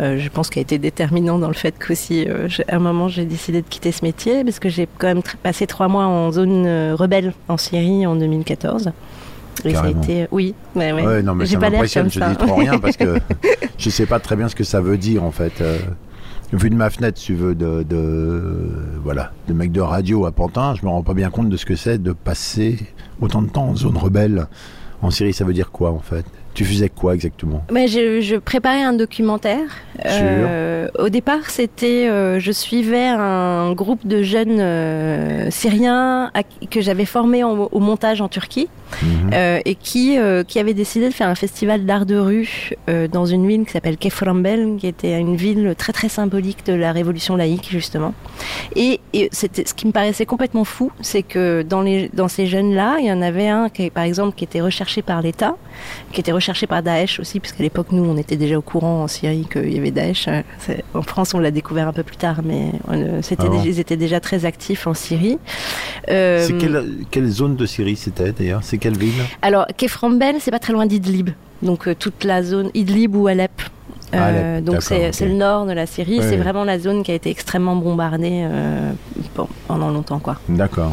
Euh, je pense qu'il a été déterminant dans le fait qu'aussi, euh, j'ai- à un moment, j'ai décidé de quitter ce métier parce que j'ai quand même tr- passé trois mois en zone euh, rebelle en Syrie en 2014. Et ça a Carrément. été, oui, ouais, ouais. Ouais, non, mais j'ai ça pas l'air m'impressionne, comme je ça. dis trop rien parce que je sais pas très bien ce que ça veut dire en fait. Euh, vu de ma fenêtre, si tu veux, de, de, voilà, de mec de radio à Pantin, je me rends pas bien compte de ce que c'est de passer autant de temps en zone rebelle. En Syrie, ça veut dire quoi en fait Tu faisais quoi exactement Mais Bah, je, je préparais un documentaire. Euh, au départ, c'était, euh, je suivais un groupe de jeunes euh, Syriens à- que j'avais formés en- au montage en Turquie Mhm. euh, et qui euh, qui avaient décidé de faire un festival d'art de rue euh, dans une ville qui s'appelle Keframbel, qui était une ville très très symbolique de la révolution laïque justement. Et, et c'était ce qui me paraissait complètement fou, c'est que dans les dans ces jeunes là, il y en avait un qui par exemple qui était recherché par l'État qui était recherché par Daesh aussi, puisqu'à l'époque, nous, on était déjà au courant en Syrie qu'il y avait Daesh. Euh, c'est- En France, on l'a découvert un peu plus tard, mais on, euh, c'était Ah bon déjà- ils étaient déjà très actifs en Syrie. Euh, C'est quelle, quelle zone de Syrie c'était d'ailleurs C'est quelle ville Alors, Keframbel, c'est pas très loin d'Idlib, donc euh, toute la zone Idlib ou Alep. Euh, Ah, Alep, donc c'est d'accord, c'est ok. le nord de la Syrie, Ouais, c'est ouais. vraiment la zone qui a été extrêmement bombardée euh, pen- pendant longtemps, quoi. D'accord.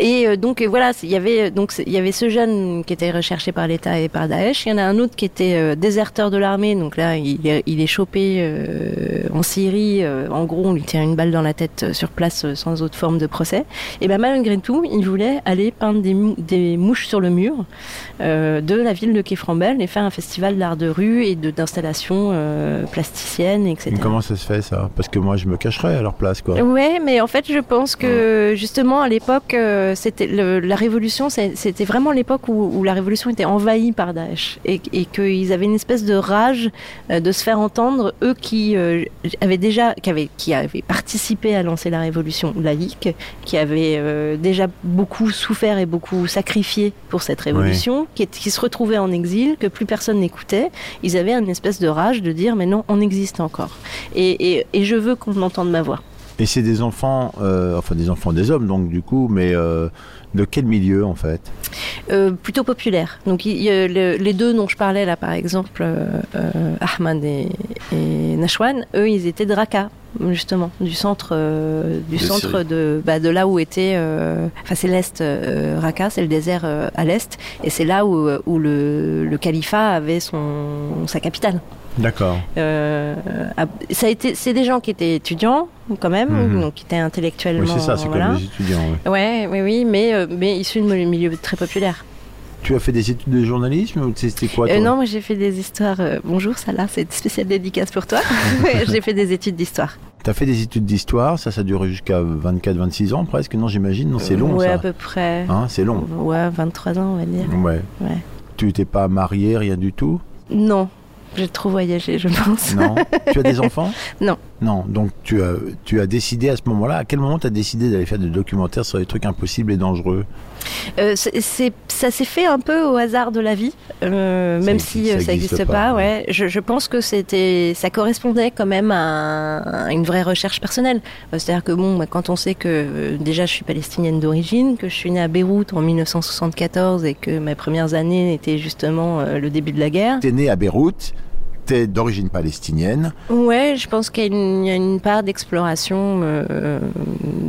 Et euh, donc et voilà, c'est- il y avait euh, donc c'est- il y avait ce jeune qui était recherché par l'État et par Daesh. Il y en a un autre qui était euh, déserteur de l'armée. Donc là, il, est- il est chopé euh, en Syrie. Euh, en gros, on lui tire une balle dans la tête euh, sur place euh, sans autre forme de procès. Et ben malgré tout, il voulait aller peindre des, mou- des mouches sur le mur euh, de la ville de Keframbel et faire un festival d'art de rue et de- d'installations euh, plasticiennes, etc. Mais Comment ça se fait ça Parce que moi, je me cacherais à leur place quoi. Ouais, mais en fait, je pense que justement à l'époque, euh, c'était le- la révolution, c'est- c'était vraiment l'époque où, où la révolution était envahie par Daesh et, et qu'ils avaient une espèce de rage euh, de se faire entendre, eux qui euh, avaient déjà, qui avaient, qui avaient participé à lancer la révolution laïque, qui avaient euh, déjà beaucoup souffert et beaucoup sacrifié pour cette révolution, qui, est- qui se retrouvaient en exil, que plus personne n'écoutait. Ils avaient une espèce de rage de dire, mais non, on existe encore. Et, et- et je veux qu'on entende ma voix. Et c'est des enfants, euh, enfin des enfants, des hommes donc du coup, mais euh, de quel milieu en fait Euh, plutôt populaire. Donc il y a le- les deux dont je parlais là, par exemple, euh, euh, Ahmad et, et Nashwan, eux, ils étaient de Raqqa justement du centre euh, du De centre Syrie. de bah, de là où était euh, enfin c'est l'est euh, Raqqa c'est le désert euh, à l'est et c'est là où, euh, où le, le califat avait son sa capitale D'accord. Euh, ah, ça a été c'est des gens qui étaient étudiants quand même Mhm. donc qui étaient intellectuellement Oui, c'est ça, c'est voilà. comme les étudiants. oui. ouais oui oui mais euh, mais issus de milieux très populaires Tu as fait des études de journalisme ou c'était quoi Euh, toi non, moi j'ai fait des histoires. euh, bonjour, ça là, c'est une spéciale dédicace pour toi. j'ai fait des études d'histoire. Tu as fait des études d'histoire, ça, ça dure jusqu'à 24-26 ans presque, non j'imagine, non c'est long Euh, Ouais, à ça. peu près. Hein, c'est long. Ouais, 23 ans, on va dire. Ouais. Ouais. Tu n'étais pas marié, rien du tout Non, j'ai trop voyagé, je pense. Non. tu as des enfants Non. Non, donc tu as, tu as décidé à ce moment-là, à quel moment tu as décidé d'aller faire des documentaires sur les trucs impossibles et dangereux Euh, c'est- c'est- ça s'est fait un peu au hasard de la vie, euh, Ça même exi- si ça euh, ça existe n'existe pas, pas. ouais. Je, je pense que c'était, ça correspondait quand même à, un- à une vraie recherche personnelle. Euh, C'est-à-dire que bon, bah, quand on sait que euh, déjà je suis palestinienne d'origine, que je suis née à Beyrouth en 1974 et que mes premières années étaient justement euh, le début de la guerre. T'es né à Beyrouth, t'es d'origine palestinienne, Ouais, je pense qu'il y a une, il y a une part d'exploration euh,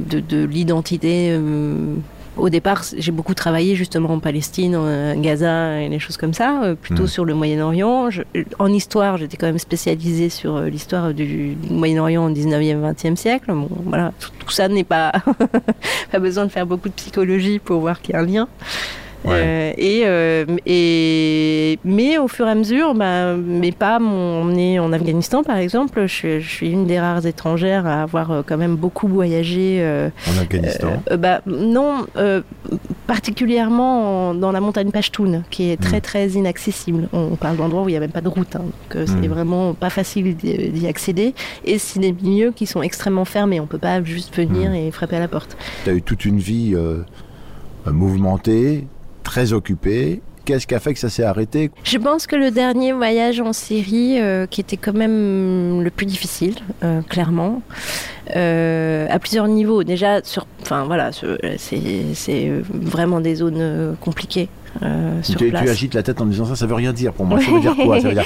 de, de l'identité. euh, au départ, c- j'ai beaucoup travaillé justement en Palestine, en euh, Gaza et les choses comme ça, euh, plutôt Mm. sur le Moyen-Orient. Je- En histoire, j'étais quand même spécialisée sur euh, l'histoire du Moyen-Orient au 19e, 20e siècle. Bon, voilà, tout, tout ça n'est pas. pas besoin de faire beaucoup de psychologie pour voir qu'il y a un lien. Euh, et, euh, et mais au fur et à mesure, bah, mes pas m'ont emmené en Afghanistan par exemple. Je, suis- je suis une des rares étrangères à avoir euh, quand même beaucoup voyagé. euh, en Afghanistan. euh, bah, non, euh, particulièrement en- dans la montagne Pashtoun, qui est très Mm. très inaccessible. On, on parle d'endroits où il n'y a même pas de route, hein, donc euh, c'est Mm. vraiment pas facile d'y d'y accéder. Et c'est des milieux qui sont extrêmement fermés. On peut pas juste venir Mm. et frapper à la porte. T'as eu toute une vie euh, euh, mouvementée, très occupée, Qu'est-ce qui a fait que ça s'est arrêté Je pense que le dernier voyage en Syrie, euh, qui était quand même le plus difficile, euh, clairement, euh, à plusieurs niveaux. Déjà, sur, enfin voilà, sur- euh, c'est c'est euh, vraiment des zones euh, compliquées euh, sur tu, tu place. agites la tête en disant ça, ça veut rien dire pour moi. Ça veut dire quoi Ça veut dire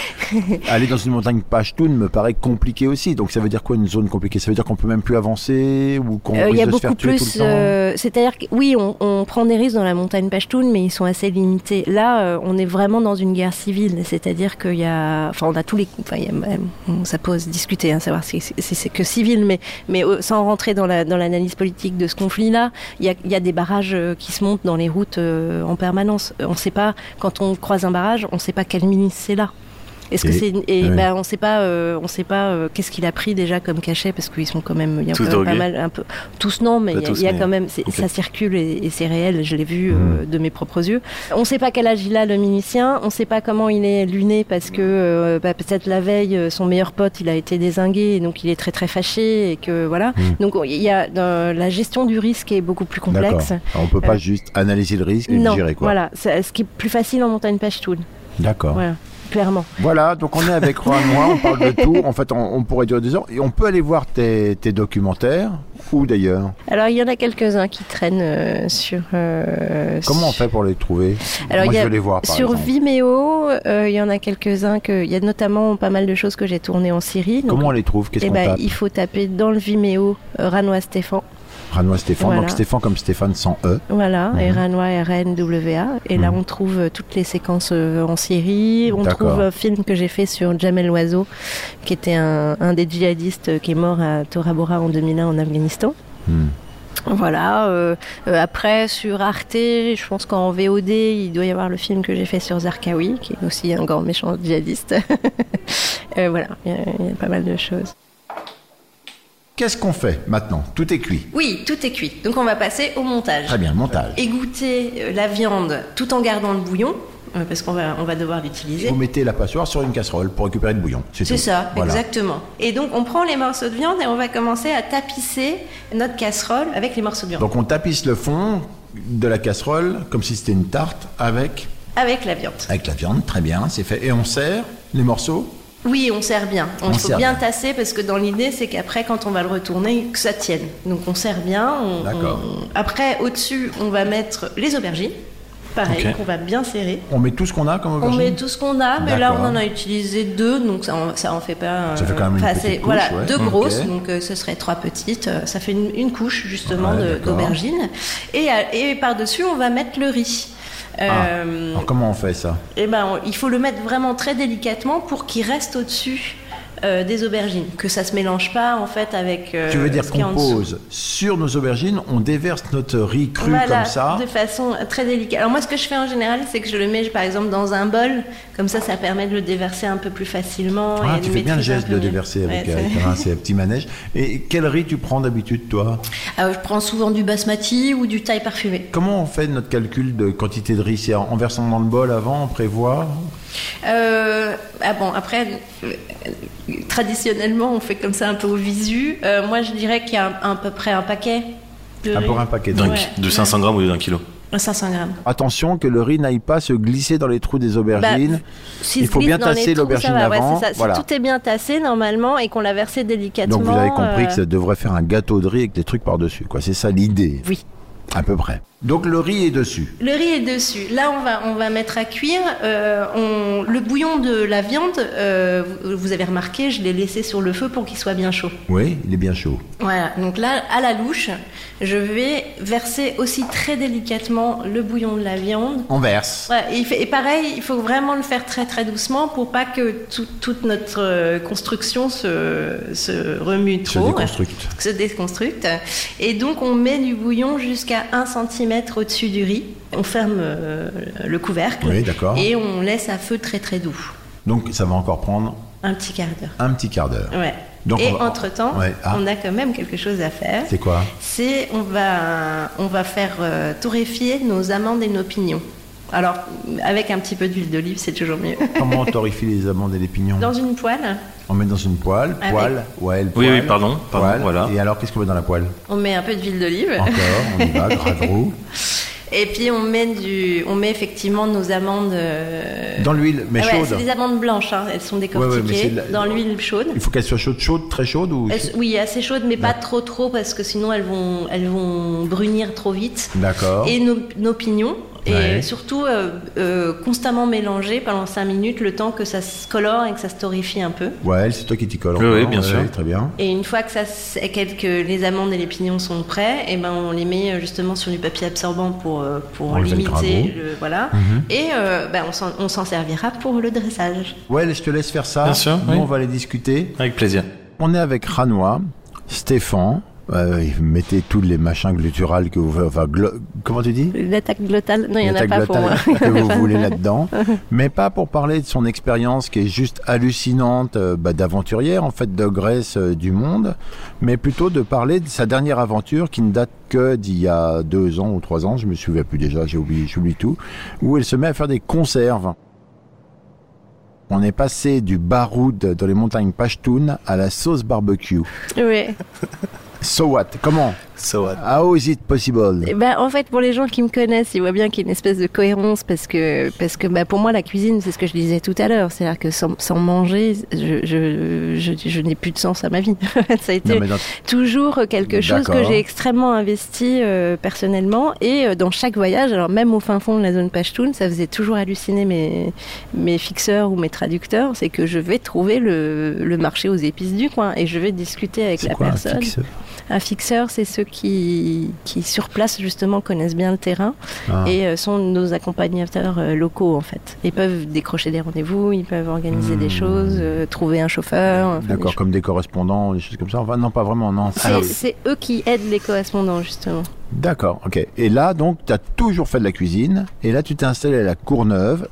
aller dans une montagne Pashtun me paraît compliqué aussi. Donc ça veut dire quoi une zone compliquée Ça veut dire qu'on peut même plus avancer ou qu'on Euh, Il risque y a de se faire beaucoup tuer tout plus. le temps. hein. euh, C'est-à-dire que oui, on, on prend des risques dans la montagne Pashtun, mais ils sont assez limités. Là, euh, on est vraiment dans une guerre civile. C'est-à-dire qu'il y a, enfin, on a tous les, enfin, il y a même- on- ça pose discuter, hein, savoir si, si- si c'est que civil, mais mais euh, sans rentrer dans la dans l'analyse politique de ce conflit-là, il y a, il y a des barrages euh, qui se montent dans les routes euh, en permanence. On ne sait pas quand on croise un barrage, on ne sait pas quel ministre c'est là. Est-ce que Et- c'est et ouais. ben, on sait pas euh, on sait pas euh, qu'est-ce qu'il a pris déjà comme cachet parce qu'ils sont quand même il y a Tous quand même pas drogués. mal un peu tous non, mais Pas il y a- tous, il y a mais- quand même, c'est- ok. ça circule et, et c'est réel, je l'ai vu euh, de mes propres yeux. On ne sait pas quel âge il a le milicien, on ne sait pas comment il est luné parce que euh, bah, peut-être la veille, euh, son meilleur pote, il a été désingué et donc il est très très fâché et que voilà. Donc on- il y a euh, la gestion du risque est beaucoup plus D'accord. complexe. Euh, Alors, on peut pas juste analyser le risque et le Non, gérer quoi. voilà, c'est- ce qui est plus facile en montagne pachtoune, D'accord. voilà, clairement. Voilà, donc on est avec Juan, moi, on parle de tout. En fait, on, on pourrait durer des heures. Et on peut aller voir tes, tes documentaires, ou d'ailleurs. Alors il y en a quelques-uns qui traînent euh, sur. euh, Comment on fait pour les trouver Alors, Moi, il y je a- veux les voir, par Sur exemple. Vimeo, euh, il y en a quelques-uns que. Il y a notamment pas mal de choses que j'ai tournées en Syrie. donc- Comment on les trouve Qu'est-ce eh qu'on ben, tape il faut taper dans le Vimeo euh, Ranois Stéphane. Ranois Stéphane, donc voilà. Stéphane comme Stéphane sans E. Voilà, et Mhm. Ranois RNWA. Et là, on trouve euh, toutes les séquences euh, en Syrie. On D'accord. trouve un film que j'ai fait sur Jamel Loiseau, qui était un, un des djihadistes euh, qui est mort à Tora Bora en 2001 en Afghanistan. Mhm. Voilà, euh, euh, après sur Arte, je pense qu'en VOD, il doit y avoir le film que j'ai fait sur Zarqawi, qui est aussi un grand méchant djihadiste. Euh, voilà, il y a- il y a pas mal de choses. Qu'est-ce qu'on fait maintenant Tout est cuit. Oui, tout est cuit. Donc on va passer au montage. Très bien, montage. Égoutter euh, la viande tout en gardant le bouillon, euh, parce qu'on va, on va devoir l'utiliser. Vous mettez la passoire sur une casserole pour récupérer le bouillon. C'est C'est tout. ça, Voilà. exactement. Et donc on prend les morceaux de viande et on va commencer à tapisser notre casserole avec les morceaux de viande. Donc on tapisse le fond de la casserole comme si c'était une tarte avec, Avec la viande. avec la viande. Très bien, c'est fait. Et on serre les morceaux Oui, on serre bien. On On, faut serre bien bien. tasser parce que dans l'idée, c'est qu'après, quand on va le retourner, que ça tienne. Donc on serre bien. on- D'accord. on- Après, au-dessus, on va mettre les aubergines. Pareil, Ok. qu'on va bien serrer. On met tout ce qu'on a comme On aubergine met tout ce qu'on a, mais là D'accord. on en a utilisé deux, donc ça en, ça en fait pas. Ça euh, fait quand même une enfin, petite c'est- couche, Voilà, ouais. deux Ok. grosses, donc euh, ce serait trois petites. euh, ça fait une, une couche justement Ouais, de- d'accord. d'aubergine. Et, à- et par-dessus, on va mettre le riz. Ah. Euh, Alors comment on fait ça eh ben, on- il faut le mettre vraiment très délicatement pour qu'il reste au-dessus euh, des aubergines, que ça se mélange pas en fait avec. euh, Tu veux dire ce qu'il y a qu'on en dessous. pose sur nos aubergines, on déverse notre riz cru Voilà, comme ça. de façon euh, très délicate. Alors moi, ce que je fais en général, c'est que je le mets, par exemple, dans un bol. Comme ça, ça permet de le déverser un peu plus facilement. Ah, et tu de fais bien le maîtriser un geste peu de mieux. déverser avec, euh, hein. Ouais, c'est- avec un ces petits manèges. Et quel riz tu prends d'habitude, toi Ah, je prends souvent du basmati ou du thaï parfumé. Comment on fait notre calcul de quantité de riz C'est en en versant dans le bol avant, on prévoit Euh, ah bon, après, euh, euh, traditionnellement, on fait comme ça un peu au visu. Euh, moi, je dirais qu'il y a un- à peu près un paquet. De Ah, riz. pour un paquet de D'un- riz. Ouais. de 500 grammes ou d'un kilo 500 grammes. Attention que le riz n'aille pas se glisser dans les trous Bah, des aubergines. S'il Il se faut glisse bien dans les tasser trous, l'aubergine ça va, ouais, avant, c'est ça. voilà. Si tout est bien tassé normalement et qu'on l'a versé délicatement. Donc vous avez compris que euh, ça devrait faire un gâteau de riz avec des trucs par-dessus. quoi. C'est ça l'idée, Oui. à peu près. Donc le riz est dessus. Le riz est dessus. Là, on va, on va mettre à cuire. Euh, on- le bouillon de la viande, euh, vous, vous avez remarqué, je l'ai laissé sur le feu pour qu'il soit bien chaud. Oui, il est bien chaud. Voilà. Donc là, à la louche, je vais verser aussi très délicatement le bouillon de la viande. On verse. Ouais, et, il fait- et pareil, il faut vraiment le faire très très doucement pour pas que tout- toute notre euh, construction se, se remue Se trop. déconstructe. se déconstructe. Et donc on met du bouillon jusqu'à 1 cm au-dessus du riz. On ferme euh, le couvercle. Oui, d'accord. Et on laisse à feu très très doux. Donc ça va encore prendre Un petit quart d'heure. un petit quart d'heure. Ouais. Donc, et on va- entre-temps, Ouais, ah. on a quand même quelque chose à faire. C'est quoi C'est on va, on va faire euh, torréfier nos amandes et nos pignons. Alors, avec un petit peu d'huile d'olive, c'est toujours mieux. Comment on torréfie les amandes et les pignons Dans une poêle, On met dans une poêle, Ah Avec- poêle, ouais, le Oui, poêle, oui, pardon, pardon, poêle. voilà. Et alors, qu'est-ce qu'on met dans la poêle on met un peu d'huile d'olive. Encore, on y va, gras roux. Et puis on met, du, on met effectivement nos amandes. euh, Dans l'huile, mais ouais, chaude. c'est des amandes blanches, hein, elles sont ouais, mais décortiquées c'est de la- dans l'huile chaude. Il faut qu'elle soit chaude, chaude, très chaude ou. Elles- oui, assez chaudes, mais pas trop trop parce que sinon elles vont, elles vont brunir trop vite. D'accord. Et nos, nos pignons. Et Ouais. surtout euh, euh, constamment mélanger pendant 5 minutes le temps que ça se colore et que ça se torréfie un peu. Ouais, c'est toi qui t'y colle. Oui, encore, oui, bien sûr. Très bien. Et une fois que, ça, s- quel- que les amandes et les pignons sont prêts, et ben on les met euh, justement sur du papier absorbant pour, euh, pour Enlever le Mhm. limiter graveau. le, voilà. Et euh, ben, on s'en- on s'en servira pour le dressage. Ouais, je te laisse faire ça. Bien sûr, Nous, oui. on va les discuter. Avec plaisir. On est avec Ranois, Stéphane. Euh, mettez tous les machins gluturales que vous. Enfin, glo- comment tu dis L'attaque glottale, non, il n'y en a L'attaque pas pour moi. glottale que vous voulez là-dedans, mais pas pour parler de son expérience qui est juste hallucinante euh, bah, d'aventurière en fait de Grèce euh, du monde, mais plutôt de parler de sa dernière aventure qui ne date que d'il y a deux ans ou trois ans, je me souviens plus déjà, j'ai oublié, j'oublie tout, où elle se met à faire des conserves. On est passé du baroud dans les montagnes Pashtun à la sauce barbecue. Ouais. So what Comment So what? How is it possible Eh ben, en fait, pour les gens qui me connaissent, ils voient bien qu'il y a une espèce de cohérence parce que, parce que bah, pour moi, la cuisine, c'est ce que je disais tout à l'heure. C'est-à-dire que sans, sans manger, je, je, je, je n'ai plus de sens à ma vie. Ça a été Non, mais dans- toujours quelque chose que D'accord. j'ai extrêmement investi euh, personnellement et euh, dans chaque voyage, alors même au fin fond de la zone Pashtun, ça faisait toujours halluciner mes, mes fixeurs ou mes traducteurs, c'est que je vais trouver le, le marché aux épices du coin et je vais discuter avec C'est la quoi un personne. fixe Un fixeur, c'est ceux qui, qui sur place justement connaissent bien le terrain Ah. et euh, sont nos accompagnateurs euh, locaux en fait. Ils peuvent décrocher des rendez-vous, ils peuvent organiser Hmm. des choses, euh, trouver un chauffeur. enfin, des D'accord, Ah, comme des correspondants, des choses comme ça. Enfin, non, pas vraiment, non. c'est, c'est eux qui aident les correspondants, justement. D'accord, ok. Et là, donc, tu as toujours fait de la cuisine. Et là, tu t'es installé à la Courneuve.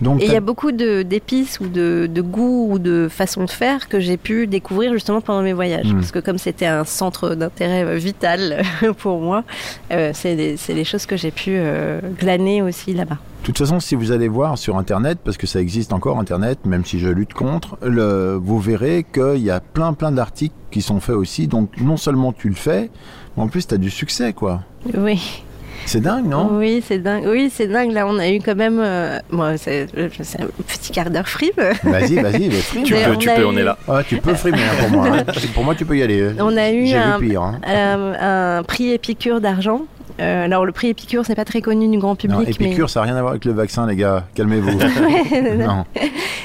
Donc, Et il y t'as- a beaucoup de, d'épices ou de, de goûts ou de façons de faire que j'ai pu découvrir justement pendant mes voyages. Mm. Parce que comme c'était un centre d'intérêt euh, vital pour moi, euh, c'est, des, c'est des choses que j'ai pu euh, glaner aussi là-bas. de toute façon, si vous allez voir sur Internet, parce que ça existe encore Internet, même si je lutte contre, le... vous verrez qu'il y a plein, plein d'articles qui sont faits aussi. Donc, non seulement tu le fais, mais en plus, tu as du succès, quoi. Oui. C'est dingue, non Oui, c'est dingue. Oui, c'est dingue. Là, on a eu quand même. euh, moi, c'est, c'est un petit quart d'heure frime. Vas-y, vas-y, vas frime. Tu Mais peux, on tu a peux, on eu- est là. Ah, tu peux frimer hein, pour moi. hein. Pour moi, tu peux y aller. On a eu J'ai un- vu pire. hein. Euh, un prix Épicure d'argent. Euh, alors, le prix Épicure, c'est pas très connu du grand public. Non, mais... Épicure, ça n'a rien à voir avec le vaccin, les gars. Calmez-vous. non.